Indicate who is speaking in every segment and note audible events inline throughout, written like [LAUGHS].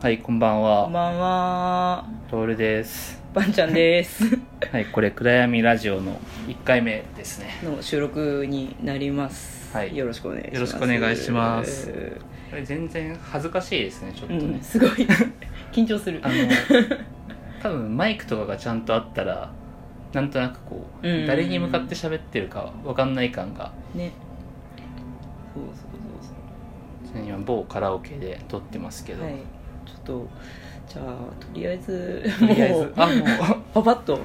Speaker 1: はい、こんばん
Speaker 2: こん
Speaker 1: は。
Speaker 2: ばんは。
Speaker 1: トールです。
Speaker 2: ばんちゃん
Speaker 1: [LAUGHS]
Speaker 2: です。
Speaker 1: はい、これ、暗闇ラジオの1回目ですね。
Speaker 2: の収録になります。
Speaker 1: はい
Speaker 2: よろしくお願いします。
Speaker 1: よろしくお願いしますこれ、全然恥ずかしいですね、ちょっ
Speaker 2: う
Speaker 1: と
Speaker 2: ん、
Speaker 1: ね。
Speaker 2: すごい緊張する
Speaker 1: あ。の、 [LAUGHS] 多分マイクとかがちゃんとあったら、なんとなくこう、
Speaker 2: うん
Speaker 1: 誰に向かって喋ってるかわかんない感が、
Speaker 2: ね。そうそうそう
Speaker 1: ちなみに今、某カラオケで撮ってますけ
Speaker 2: そう。
Speaker 1: ど、
Speaker 2: はい。ちょっとじゃあとりあえず
Speaker 1: とりあえ
Speaker 2: も
Speaker 1: ず
Speaker 2: う、
Speaker 1: あ、もう、
Speaker 2: パパッと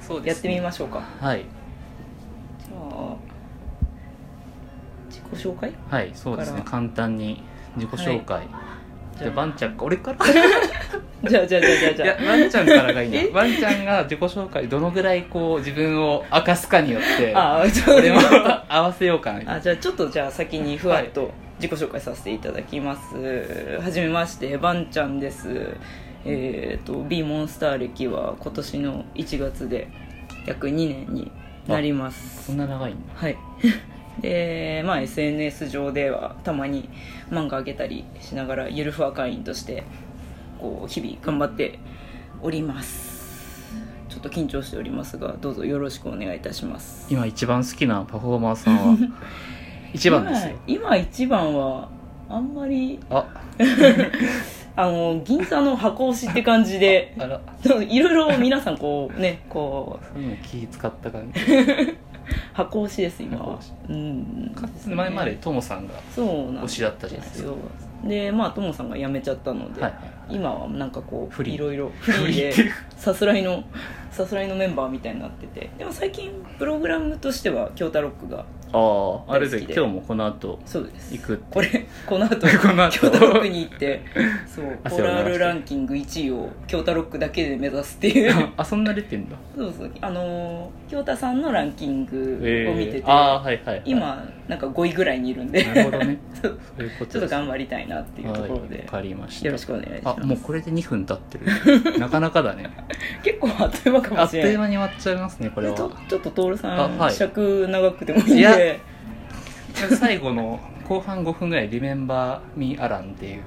Speaker 1: そう
Speaker 2: や
Speaker 1: で
Speaker 2: っ
Speaker 1: す、
Speaker 2: てみましょうか。
Speaker 1: す。はい、
Speaker 2: じゃあ自己紹介？
Speaker 1: はい、そうですね、
Speaker 2: から
Speaker 1: 簡単に自己紹介。じゃあ、ばんちゃんか、俺
Speaker 2: [LAUGHS]
Speaker 1: から
Speaker 2: じゃあじゃあじゃあじゃあ
Speaker 1: い
Speaker 2: じゃ
Speaker 1: や
Speaker 2: あ。
Speaker 1: ワンちゃんからがいい
Speaker 2: え
Speaker 1: なワンちゃんが自己紹介どのぐらいこう自分を明かすかによって
Speaker 2: ああ、ちょっと [LAUGHS]
Speaker 1: 俺も合わせようかなみたい
Speaker 2: あ
Speaker 1: な
Speaker 2: じゃあちょっとじゃあ先にふわっと自己紹介させていただきますはじめましてばんちゃんですえっ、と B モンスター歴は今年の1月で約2年になります
Speaker 1: そんな長いんだ
Speaker 2: はい [LAUGHS] でまあ SNS 上ではたまに漫画あげたりしながらゆるふわ会員としてこう日々頑張っておりますちょっと緊張しておりますがどうぞよろしくお願いいたします
Speaker 1: 今一番好きなパフォーマーさん
Speaker 2: [LAUGHS]
Speaker 1: は一番ですよ
Speaker 2: 今今一番はあんまり
Speaker 1: あ
Speaker 2: あの銀座の箱推しって感じで
Speaker 1: [LAUGHS] あら
Speaker 2: いろいろ皆さんこうねこう
Speaker 1: そういうの気使った感じ
Speaker 2: 箱推しです今
Speaker 1: 箱
Speaker 2: は
Speaker 1: 推し
Speaker 2: うん
Speaker 1: かつて前までともさんが
Speaker 2: そうなん
Speaker 1: 推しだったじゃないですか
Speaker 2: よでまあともさんが辞めちゃったので、
Speaker 1: はいはい
Speaker 2: 今はなんかこう
Speaker 1: フリー
Speaker 2: いろいろフリー
Speaker 1: フリー
Speaker 2: でさすらいのさすらいのメンバーみたいになっててでも最近プログラムとしては京太ロックが
Speaker 1: あああれ
Speaker 2: 大
Speaker 1: で
Speaker 2: 好きで
Speaker 1: 今日もこの
Speaker 2: [LAUGHS]
Speaker 1: 後
Speaker 2: そうです
Speaker 1: 行くって
Speaker 2: こ
Speaker 1: [LAUGHS]
Speaker 2: れこの後
Speaker 1: この後
Speaker 2: 京都ロックに行
Speaker 1: [LAUGHS]
Speaker 2: ってそう
Speaker 1: 汗
Speaker 2: オ
Speaker 1: を流して
Speaker 2: ラールランキング1位を京都ロックだけで目指すっていう
Speaker 1: [LAUGHS] あそんな出てんだ
Speaker 2: そうそうあのー京太さんのランキング
Speaker 1: え
Speaker 2: を見てて、
Speaker 1: えああはいはいはい
Speaker 2: 今なんか5位ぐらいにいるんで
Speaker 1: なるほどね
Speaker 2: [LAUGHS] そう
Speaker 1: そういうこと
Speaker 2: ちょっと
Speaker 1: です
Speaker 2: 頑張りたいなっていうところ
Speaker 1: はいわ
Speaker 2: で、
Speaker 1: かりました
Speaker 2: よろしくお願いし
Speaker 1: あ
Speaker 2: ます
Speaker 1: もうこれで2分経って
Speaker 2: [LAUGHS]
Speaker 1: るなかなかだね
Speaker 2: 結構あっという間か
Speaker 1: あ
Speaker 2: も
Speaker 1: っ
Speaker 2: し
Speaker 1: と
Speaker 2: れない
Speaker 1: いう間に終わっちゃいますねこれ
Speaker 2: ちょ
Speaker 1: は
Speaker 2: ちょっと徹さ
Speaker 1: あ
Speaker 2: ん、
Speaker 1: はい
Speaker 2: 尺長くてもいいん
Speaker 1: いや
Speaker 2: で
Speaker 1: 最後の後半5分ぐらい「リメンバー・ミ・アラン」っていう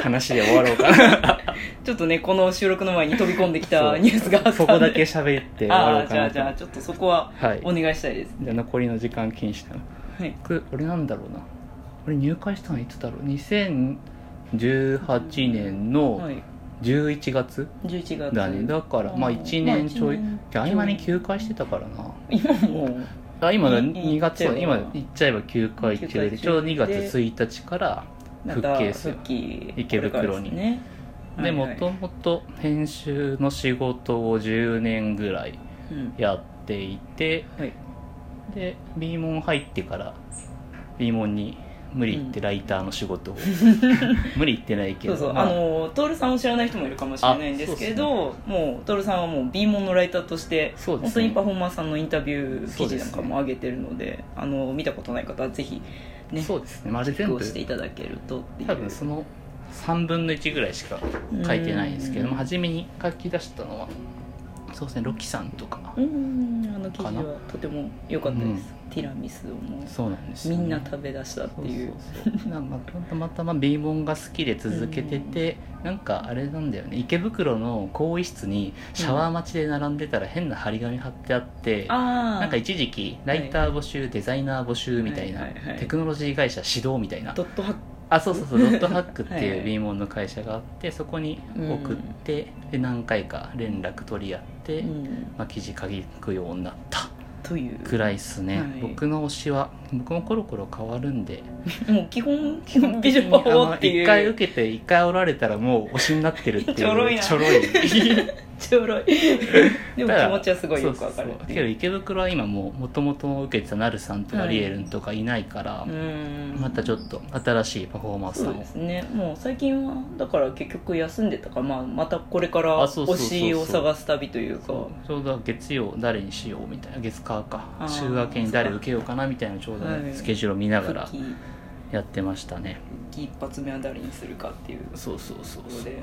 Speaker 1: 話で終わろうかな
Speaker 2: ちょっとねこの収録の前に飛び込んできたニュースがあったんで
Speaker 1: [LAUGHS] そこだけ喋って終わ
Speaker 2: あ
Speaker 1: ろ
Speaker 2: あ
Speaker 1: う
Speaker 2: じ
Speaker 1: か
Speaker 2: ゃ
Speaker 1: な
Speaker 2: あじゃあ
Speaker 1: じ
Speaker 2: ちょっとそこは
Speaker 1: はい
Speaker 2: お願いしたいです、
Speaker 1: ゃあ残りの時間気にして
Speaker 2: はい
Speaker 1: 僕俺なんだろうな俺入会したのいつだろう2018年
Speaker 2: は
Speaker 1: の
Speaker 2: い、
Speaker 1: 11月
Speaker 2: 11月
Speaker 1: だねだからまあ
Speaker 2: うん
Speaker 1: 1年ちょい
Speaker 2: まあ一年
Speaker 1: じゃあ合間に休会してたからな
Speaker 2: 今もう
Speaker 1: あ今
Speaker 2: いい
Speaker 1: 2月
Speaker 2: いっちゃえば
Speaker 1: 今行っちゃえば休会中
Speaker 2: 休
Speaker 1: で
Speaker 2: 会中
Speaker 1: ちょうど2月1日から
Speaker 2: ま
Speaker 1: 復
Speaker 2: た
Speaker 1: 帰ですよ
Speaker 2: 復帰
Speaker 1: 池袋に
Speaker 2: これから
Speaker 1: で
Speaker 2: ですね
Speaker 1: も
Speaker 2: はいはい
Speaker 1: ともと編集の仕事を10年ぐらい
Speaker 2: うん
Speaker 1: やっていて
Speaker 2: はい
Speaker 1: で B モン入ってから B モンに無理言ってライターの仕
Speaker 2: [LAUGHS]
Speaker 1: 事を、無理言ってないけ
Speaker 2: そ
Speaker 1: ど
Speaker 2: うそう、
Speaker 1: ま
Speaker 2: あ、のトールさんを知らない人もいるかもしれないんですけどもうトールさんはもう B モンのライターとして、
Speaker 1: そうですね
Speaker 2: 本当にパフォーマーさんのインタビュー記事なんかも上げてるのであの見たことない方はぜひね
Speaker 1: そうですねまああれ
Speaker 2: チェ
Speaker 1: 全
Speaker 2: ック
Speaker 1: 部
Speaker 2: をしていただけるとっていう
Speaker 1: 多分その3分の1ぐらいしか書いてないんですけど
Speaker 2: うん
Speaker 1: も初めに書き出したのはそうですねロキさんとか
Speaker 2: うんあの記事
Speaker 1: かな
Speaker 2: はとても良かったです、ティラミスをもう
Speaker 1: そうなんですよ
Speaker 2: み
Speaker 1: ね
Speaker 2: んな食べ出したっていう
Speaker 1: そうそうそうなまたまたま B モンが好きで続けてて、なんかあれなんだよね池袋の更衣室にシャワー待ちで並んでたら変な張り紙貼ってあって、
Speaker 2: ああ
Speaker 1: なんか一時期ライター募集、デザイナー募集みたいな、
Speaker 2: はいはいはい
Speaker 1: テクノロジー会社指導みたいな
Speaker 2: ドットハッ
Speaker 1: あそうそうそうドットハックって
Speaker 2: はい
Speaker 1: い
Speaker 2: は
Speaker 1: う
Speaker 2: い
Speaker 1: B モンの会社があってそこに送って、で何回か連絡取り合って、
Speaker 2: ク、うん、
Speaker 1: まあ、記事書くようになった
Speaker 2: という
Speaker 1: くらいっすね、
Speaker 2: はい
Speaker 1: 僕の推しは僕もコロコロ変わるんで
Speaker 2: もう基本基本ビジョン法っていう
Speaker 1: 一回受けて一回おられたらもう推しになってるっていう
Speaker 2: ちょろいな
Speaker 1: ちょろい
Speaker 2: ち
Speaker 1: [LAUGHS]
Speaker 2: ょろい [LAUGHS] でも
Speaker 1: ただ
Speaker 2: 気持ちはすごいよくわかる
Speaker 1: そうそうそう
Speaker 2: って
Speaker 1: けど
Speaker 2: いう
Speaker 1: 池袋は今もともと受けてたナルさんとか
Speaker 2: はい
Speaker 1: リエルンとかいないから、
Speaker 2: うん
Speaker 1: またちょっと新しいパフォーマンスさ
Speaker 2: そうん
Speaker 1: を
Speaker 2: ですねもう最近はだから結局休んでたから、まあ、またこれから
Speaker 1: あそうそう
Speaker 2: 推
Speaker 1: そうそう
Speaker 2: しを探す旅というか
Speaker 1: そうちょうど月曜誰にしようみたいな月火か
Speaker 2: あー
Speaker 1: 週明けに誰受けようかなみたいなちょうどね、
Speaker 2: はい
Speaker 1: スケジュールを見ながら
Speaker 2: 復帰
Speaker 1: やってましたね
Speaker 2: 復帰一発目は誰にするかっていう
Speaker 1: そうそうそう
Speaker 2: とこ
Speaker 1: そ
Speaker 2: ろ
Speaker 1: う
Speaker 2: で
Speaker 1: っ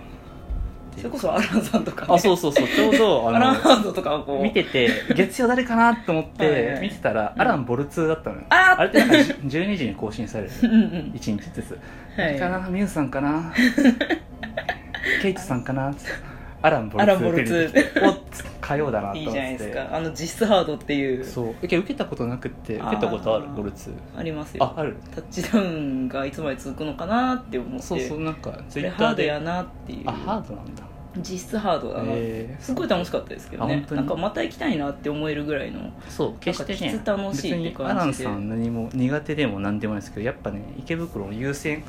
Speaker 1: て
Speaker 2: それこそアランさんとか、ね、
Speaker 1: あそうそうそうちょうど
Speaker 2: アラン
Speaker 1: あ
Speaker 2: ハードとかをこ
Speaker 1: の
Speaker 2: う
Speaker 1: 見てて月曜誰かなと思っ
Speaker 2: はい
Speaker 1: て
Speaker 2: はい
Speaker 1: 見てたら
Speaker 2: うん
Speaker 1: アランボル2だったのよ
Speaker 2: あー
Speaker 1: あれってなんかじ12時に更新され
Speaker 2: [LAUGHS]
Speaker 1: る
Speaker 2: うんうん
Speaker 1: 1日ずつ
Speaker 2: はい
Speaker 1: かなミュウさんか
Speaker 2: [LAUGHS]
Speaker 1: なケイチさんかなつってアランボ
Speaker 2: ア
Speaker 1: ル
Speaker 2: ランボル
Speaker 1: 2
Speaker 2: 2
Speaker 1: って出てきておっつ火曜だなと
Speaker 2: い
Speaker 1: 思
Speaker 2: い
Speaker 1: っ
Speaker 2: じゃない
Speaker 1: て
Speaker 2: ですかあの実質ハードっていう
Speaker 1: そうえ受けたことなくって受けたことある
Speaker 2: あー
Speaker 1: ボル2
Speaker 2: ありますよ
Speaker 1: あある
Speaker 2: タッチダウンがいつまで続くのかなって思って
Speaker 1: そうそうなんかツ
Speaker 2: こ
Speaker 1: イ
Speaker 2: れ
Speaker 1: ッタ
Speaker 2: ハ
Speaker 1: ー
Speaker 2: ード
Speaker 1: で
Speaker 2: や
Speaker 1: あ
Speaker 2: なっていう
Speaker 1: ハードなんだ
Speaker 2: 実質ハードだな、
Speaker 1: えー
Speaker 2: すごい楽しかったですけど
Speaker 1: あ
Speaker 2: ね
Speaker 1: 本当に
Speaker 2: なんかまた行きたいなって思えるぐらいの
Speaker 1: そう決してね
Speaker 2: なんか楽しいって
Speaker 1: 別に
Speaker 2: 感じで
Speaker 1: アランさん何も苦手でも何でもないですけどやっぱね池袋の優先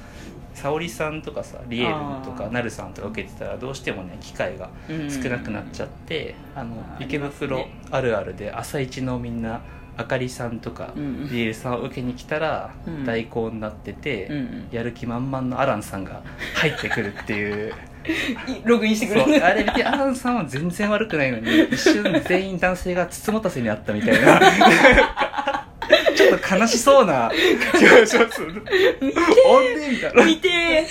Speaker 1: 沙織さんとかさリエルと
Speaker 2: あ
Speaker 1: か
Speaker 2: ー
Speaker 1: なるさんとか受けてたらどうしてもね機会が少なくなっちゃって、あの
Speaker 2: あー
Speaker 1: 池
Speaker 2: あ
Speaker 1: 袋
Speaker 2: り
Speaker 1: あるあるで朝一のみんなあかりさんとか、
Speaker 2: うんうん
Speaker 1: リエルさんを受けに来たら
Speaker 2: うん
Speaker 1: 代行になってて、
Speaker 2: うんうん
Speaker 1: やる気満々のアランさんが入ってくるっていう
Speaker 2: いログインしてく
Speaker 1: そう
Speaker 2: れる
Speaker 1: あれ見てアランさんは全然悪くないのに一瞬全員男性がつつもたせにあったみたいな [LAUGHS] ちょっと悲しそうな表情するおんでみたいな
Speaker 2: [LAUGHS] 見て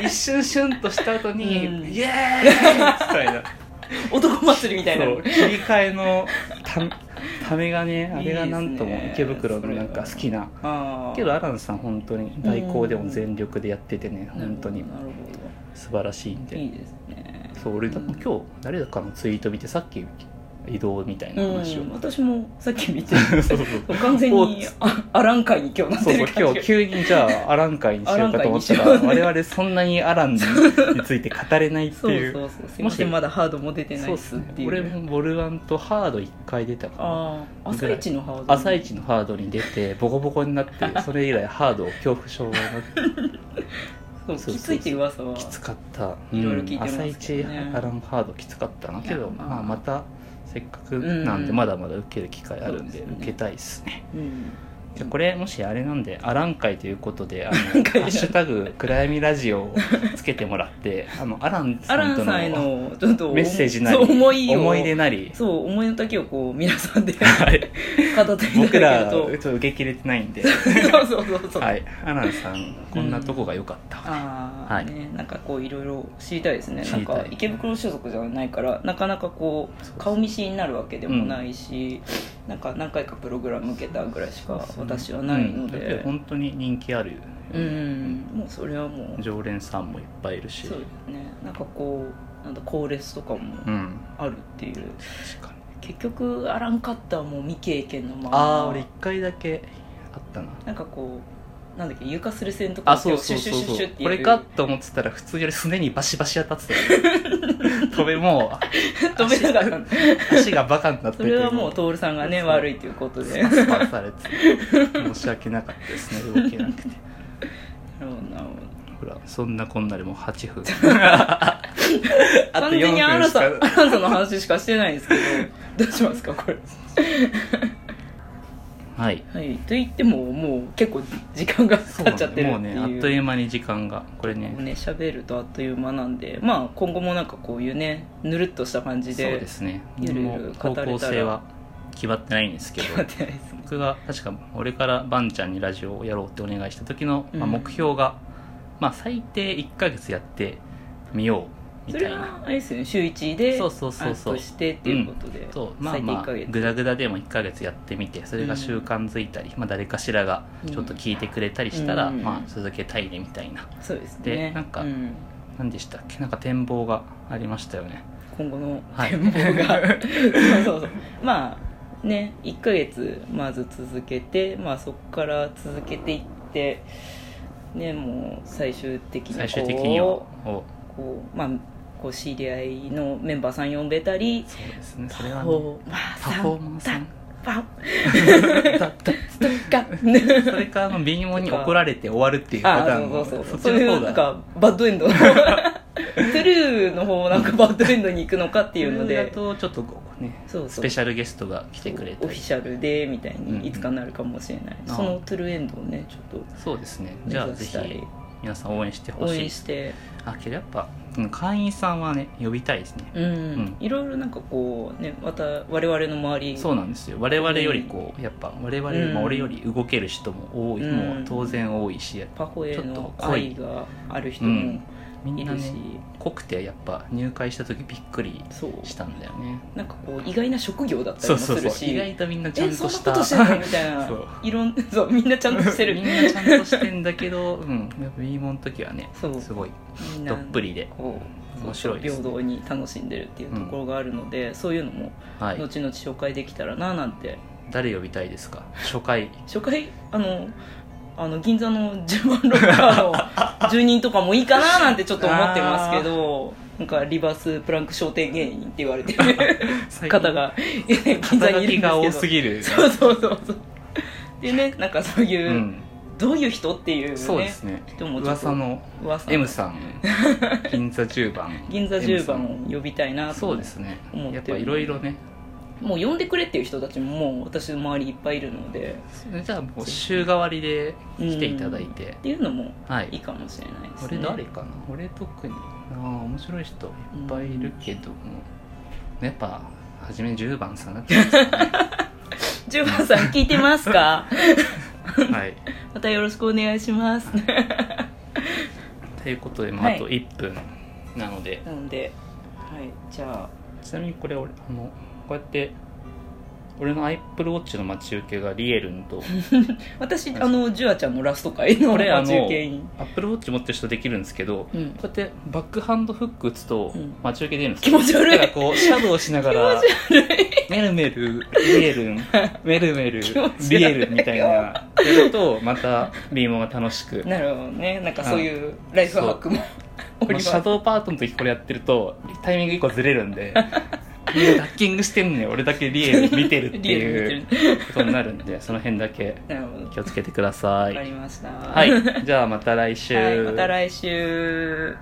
Speaker 2: ー
Speaker 1: 一瞬シュンとした後に、
Speaker 2: うん
Speaker 1: イエーイみたいな
Speaker 2: 男祭りみたいな
Speaker 1: そう切り替えのたためがねあれがなんと
Speaker 2: いい
Speaker 1: も
Speaker 2: ですね
Speaker 1: 池袋のなんか好きな
Speaker 2: あー
Speaker 1: けどアランさん本当に代行でも全力でやっててね
Speaker 2: なるほど
Speaker 1: 本当に
Speaker 2: なるほ
Speaker 1: 素晴らしいん
Speaker 2: ど
Speaker 1: で
Speaker 2: いいですね
Speaker 1: そう俺だ
Speaker 2: うん
Speaker 1: 今日誰かのツイート見てさっき移動みたいな話
Speaker 2: [LAUGHS]
Speaker 1: を、
Speaker 2: うん私もさっ
Speaker 1: [LAUGHS]
Speaker 2: き見て
Speaker 1: そうそうそう
Speaker 2: 完全
Speaker 1: お
Speaker 2: にあアラン会に今日なっ
Speaker 1: そう
Speaker 2: て
Speaker 1: そ
Speaker 2: る
Speaker 1: う
Speaker 2: 感
Speaker 1: 今
Speaker 2: じ
Speaker 1: 日急にじゃあアラン会にしようかと思ったら
Speaker 2: アラン会にしよう
Speaker 1: 我々そんなにアランについて語れないって
Speaker 2: そう
Speaker 1: いう
Speaker 2: そうそうすいません
Speaker 1: もし
Speaker 2: まだハードも出てない
Speaker 1: そう
Speaker 2: で
Speaker 1: っ
Speaker 2: す
Speaker 1: す
Speaker 2: っ
Speaker 1: ね
Speaker 2: ていう
Speaker 1: 俺もボルワンとハード1回出たから
Speaker 2: ああ朝一のハード
Speaker 1: 朝一のハードに出てボコボコにな
Speaker 2: [LAUGHS]
Speaker 1: ってそれ以来ハードを恐怖症になって
Speaker 2: そう
Speaker 1: そうそうそう
Speaker 2: きついって噂は
Speaker 1: きつかった
Speaker 2: いろいろ聞いてますけどね
Speaker 1: 朝一アランハードきつかったなけ
Speaker 2: いや
Speaker 1: ど
Speaker 2: まあ
Speaker 1: まあまたせっかくなん
Speaker 2: う
Speaker 1: で
Speaker 2: ん
Speaker 1: まだまだ受ける機会あるんで
Speaker 2: そうですね
Speaker 1: 受けたいですね
Speaker 2: うん
Speaker 1: じゃあこれもしあれなんでアラン会ということであの「ハ
Speaker 2: ン会
Speaker 1: ッシュタグ暗闇ラジオ」をつけてもらってあのアラン
Speaker 2: ア
Speaker 1: さ
Speaker 2: ラ
Speaker 1: ん
Speaker 2: ン
Speaker 1: と
Speaker 2: さんへ
Speaker 1: の
Speaker 2: のちょっと
Speaker 1: メッセージなり
Speaker 2: そう思いを
Speaker 1: 思い出なり
Speaker 2: そう思いの丈をこう皆さんで [LAUGHS]
Speaker 1: はい
Speaker 2: 語ってい
Speaker 1: 僕
Speaker 2: た
Speaker 1: ら
Speaker 2: だけ
Speaker 1: ちょっ
Speaker 2: る
Speaker 1: と受け切れてないんで
Speaker 2: とそうそうそうそう、
Speaker 1: はい、アナンさん、こんなとこが良かった。
Speaker 2: ああ、
Speaker 1: はい
Speaker 2: ねなんかこういろいろ知りたいですね
Speaker 1: 知
Speaker 2: なん
Speaker 1: りたい
Speaker 2: か池袋所属じゃないからなかなかこ
Speaker 1: そう
Speaker 2: う顔見知りになるわけでもないし、なんか何回かプログラム受けたぐらいしか私はないの
Speaker 1: うんだって
Speaker 2: で
Speaker 1: 本当に人気ある。
Speaker 2: うん、もうそれはもう
Speaker 1: 常連さんもいっぱいいるし。
Speaker 2: そうですねなんかこうなんだコーレスとかも
Speaker 1: うん、
Speaker 2: あるっていう、
Speaker 1: 確かに。
Speaker 2: 結局アランカッターも未経験のまま
Speaker 1: ああ、俺一回だけあったな。
Speaker 2: なんかこうなんだっけ床すれ線とか
Speaker 1: あ、そうそうそう
Speaker 2: シュッシュッシ
Speaker 1: そ
Speaker 2: ュッシュ
Speaker 1: う
Speaker 2: ッって。や
Speaker 1: こ
Speaker 2: る
Speaker 1: れかと思ってたら、普通よりすねにバシバシ当たってたよ。
Speaker 2: [LAUGHS]
Speaker 1: 飛べも
Speaker 2: 止めなかったの
Speaker 1: う、足がバカになって
Speaker 2: そ
Speaker 1: て。
Speaker 2: れはもう徹さんがね
Speaker 1: そう
Speaker 2: 悪いということで
Speaker 1: スパスパされて。申し訳なかったですね、動けなくて。
Speaker 2: なるほどなるほど
Speaker 1: ほら、そんなこんなでもう8分。あ
Speaker 2: 完全にアラン
Speaker 1: しか
Speaker 2: さんアランさんの話しかしてないんですけどどうしますかこれ
Speaker 1: はい。
Speaker 2: はいと言ってももう結構時間が
Speaker 1: そうな
Speaker 2: 経
Speaker 1: んだ
Speaker 2: っちゃってるっていう
Speaker 1: もうねあっという間に時間がこれね
Speaker 2: ね喋るとあっという間なんでまあ今後もなんかこういうねぬるっとした感
Speaker 1: そう
Speaker 2: じで
Speaker 1: ですね
Speaker 2: ゆるゆ
Speaker 1: も
Speaker 2: る
Speaker 1: う
Speaker 2: 語
Speaker 1: 方
Speaker 2: れたら
Speaker 1: 向性は決まってないんですけど
Speaker 2: 決まってないですね
Speaker 1: 僕が確か俺からバンちゃんにラジオをやろうってお願いした時の、まあ、
Speaker 2: うん
Speaker 1: 目標が、まあ、最低1ヶ月やってみようみ
Speaker 2: そ
Speaker 1: た
Speaker 2: れ
Speaker 1: いな
Speaker 2: はあれですよね週1で
Speaker 1: そうそうそうそう
Speaker 2: アップしてっていうことで、
Speaker 1: そうまあまあ
Speaker 2: 最低1ヶ
Speaker 1: グダグダでも1ヶ月やってみてそれが習慣づいたり、まあ、誰かしらがちょっと聞いてくれたりしたら、
Speaker 2: うん
Speaker 1: まあ、続けたいねみたいな
Speaker 2: 月そうですね
Speaker 1: でなんか
Speaker 2: うん
Speaker 1: 何でしたっけなんか展望がありましたよね
Speaker 2: 今後の
Speaker 1: はい
Speaker 2: 展望が、
Speaker 1: [LAUGHS]
Speaker 2: そうそうそうまあね1ヶ月まず続けて、まあ、そこから続けていってねもう最終的にこ
Speaker 1: 最
Speaker 2: う
Speaker 1: 終的にはを
Speaker 2: こうまあこう知り合いのメンバーさん呼べたり
Speaker 1: そうですねそれ
Speaker 2: パ
Speaker 1: は
Speaker 2: フ
Speaker 1: ね
Speaker 2: ォーマー
Speaker 1: パ
Speaker 2: さ
Speaker 1: フォー
Speaker 2: ん
Speaker 1: マンスね
Speaker 2: パ
Speaker 1: [LAUGHS] だった
Speaker 2: フォーマー
Speaker 1: それかあの貧乏に怒られて終わるっていうパタ
Speaker 2: あ
Speaker 1: ーン
Speaker 2: そ
Speaker 1: の
Speaker 2: うそうそう
Speaker 1: っ
Speaker 2: そ
Speaker 1: ち
Speaker 2: うい
Speaker 1: の
Speaker 2: う
Speaker 1: 方
Speaker 2: な
Speaker 1: が
Speaker 2: んかバッドエ
Speaker 1: [LAUGHS]
Speaker 2: ンドトゥルーの方なんかバッドエンドに行くのかっていうの
Speaker 1: だ
Speaker 2: で
Speaker 1: とちょっとこうね
Speaker 2: そう
Speaker 1: ス
Speaker 2: そう
Speaker 1: ペシャルゲストが来てくれ
Speaker 2: オ
Speaker 1: た
Speaker 2: フィ
Speaker 1: り
Speaker 2: シャルでみたい
Speaker 1: うんうん
Speaker 2: にいつかなるかもしれない、
Speaker 1: ああ
Speaker 2: そのトゥルーエンドをねちょっと
Speaker 1: そうですね
Speaker 2: 目
Speaker 1: じゃあ
Speaker 2: 指
Speaker 1: ぜ
Speaker 2: し
Speaker 1: ひ
Speaker 2: たり
Speaker 1: 皆さん応援してほ
Speaker 2: 応
Speaker 1: し
Speaker 2: 援
Speaker 1: い
Speaker 2: して
Speaker 1: あけどやっぱうん会員さんはね呼びたいですね
Speaker 2: うん、
Speaker 1: ん
Speaker 2: いろいろなんかこうねまた我々の周り
Speaker 1: そうなんですよ我々よりこうやっぱ我々、
Speaker 2: うん
Speaker 1: まあ、俺より動ける人も多い、
Speaker 2: うん
Speaker 1: もう当然多いし
Speaker 2: パホへ
Speaker 1: ちょっと
Speaker 2: の
Speaker 1: 濃
Speaker 2: 愛
Speaker 1: い
Speaker 2: がある人も
Speaker 1: み
Speaker 2: い
Speaker 1: んな
Speaker 2: る
Speaker 1: ね
Speaker 2: し、
Speaker 1: 濃くてやっぱ入会した時びっくり
Speaker 2: そう
Speaker 1: したんだよね
Speaker 2: なんかこう意外な職業だったり
Speaker 1: そう
Speaker 2: も
Speaker 1: そ
Speaker 2: す
Speaker 1: う
Speaker 2: る
Speaker 1: そう意
Speaker 2: し
Speaker 1: 外とみんなちゃん
Speaker 2: え
Speaker 1: と
Speaker 2: そんな
Speaker 1: し
Speaker 2: こ
Speaker 1: た
Speaker 2: としてないみたい
Speaker 1: そう
Speaker 2: ないろん [LAUGHS] そうみんなちゃんとして
Speaker 1: [LAUGHS]
Speaker 2: る
Speaker 1: みんなちゃんとしてんだけど、うん、やっぱ B モの時はね
Speaker 2: そう
Speaker 1: すごい
Speaker 2: みんな
Speaker 1: どっぷりで
Speaker 2: こう
Speaker 1: 面白いですね
Speaker 2: 平等に楽しんでるっていうところがあるので、そういうのも
Speaker 1: はい
Speaker 2: 後々紹介できたらななんて
Speaker 1: 誰呼びたいですか初回
Speaker 2: 初回あのあの銀座の10番ロッカー
Speaker 1: [LAUGHS]
Speaker 2: の住人とかもいいかななんてちょっと思ってますけどなんかリバースプランク商店芸人って言われてる方が銀座
Speaker 1: [LAUGHS] 肩書
Speaker 2: にいる
Speaker 1: き
Speaker 2: んですけ
Speaker 1: が
Speaker 2: ど
Speaker 1: 多すぎる
Speaker 2: [LAUGHS] そうそうそうそうでねなんかそういう、
Speaker 1: ん、
Speaker 2: どういう人っていうね
Speaker 1: そうですね
Speaker 2: 人もちょっと
Speaker 1: 噂の
Speaker 2: 噂の
Speaker 1: M さ
Speaker 2: [LAUGHS]
Speaker 1: ん銀座10番
Speaker 2: 銀座10
Speaker 1: M さん
Speaker 2: 番を呼びたいなと
Speaker 1: そうですね
Speaker 2: 思ってる
Speaker 1: やっぱいろいろね
Speaker 2: もう呼んでくれっていう人たちももう私の周りいっぱいいるので
Speaker 1: じゃあもう週替わりで来ていただいて
Speaker 2: っ、ていうのも
Speaker 1: はい
Speaker 2: いかもしれないですね
Speaker 1: 俺誰かな俺特にああ面白い人いっぱいいるけども、やっぱ初め10番さんだけ
Speaker 2: [LAUGHS] 10番さん聞いてますか [LAUGHS]
Speaker 1: はい
Speaker 2: またよろしくお願いします
Speaker 1: ということで、まあ
Speaker 2: はい
Speaker 1: あと1分なので
Speaker 2: なのではいじゃあ
Speaker 1: ちなみにこれ俺あのこうやって俺の AppleWatch の待ち受けがリエルン
Speaker 2: [LAUGHS]
Speaker 1: と
Speaker 2: 私
Speaker 1: はい
Speaker 2: あのジュアちゃんのラスト回の
Speaker 1: これあ
Speaker 2: 待
Speaker 1: の
Speaker 2: ち受けに
Speaker 1: AppleWatch 持ってる人できるんですけど、
Speaker 2: うん
Speaker 1: こうやってバックハンドフック打つと
Speaker 2: うん
Speaker 1: 待ち受け出るんです
Speaker 2: 気持ち悪い
Speaker 1: だからこうシャドウしながら
Speaker 2: 気持ち悪い
Speaker 1: メルメルリエル
Speaker 2: [LAUGHS]
Speaker 1: ンメルメル
Speaker 2: 気持ち悪い
Speaker 1: リエルンみたいなやるとまたビーモンが楽しく。
Speaker 2: なるほどねなんかそういうライフハックも [LAUGHS] お
Speaker 1: こ
Speaker 2: り
Speaker 1: の
Speaker 2: ます
Speaker 1: シャドーパートの時これやってるとタイミング一個ずれるん [LAUGHS] でみんなダッキングしてんね俺だけリエルン見てるって [LAUGHS]
Speaker 2: リエル
Speaker 1: い
Speaker 2: ン
Speaker 1: う
Speaker 2: 見
Speaker 1: ことになるんでその辺だけ
Speaker 2: なるほどわ
Speaker 1: 気をつけてくださ
Speaker 2: か
Speaker 1: い
Speaker 2: りました
Speaker 1: はいじゃあまた来週、
Speaker 2: はいまた来週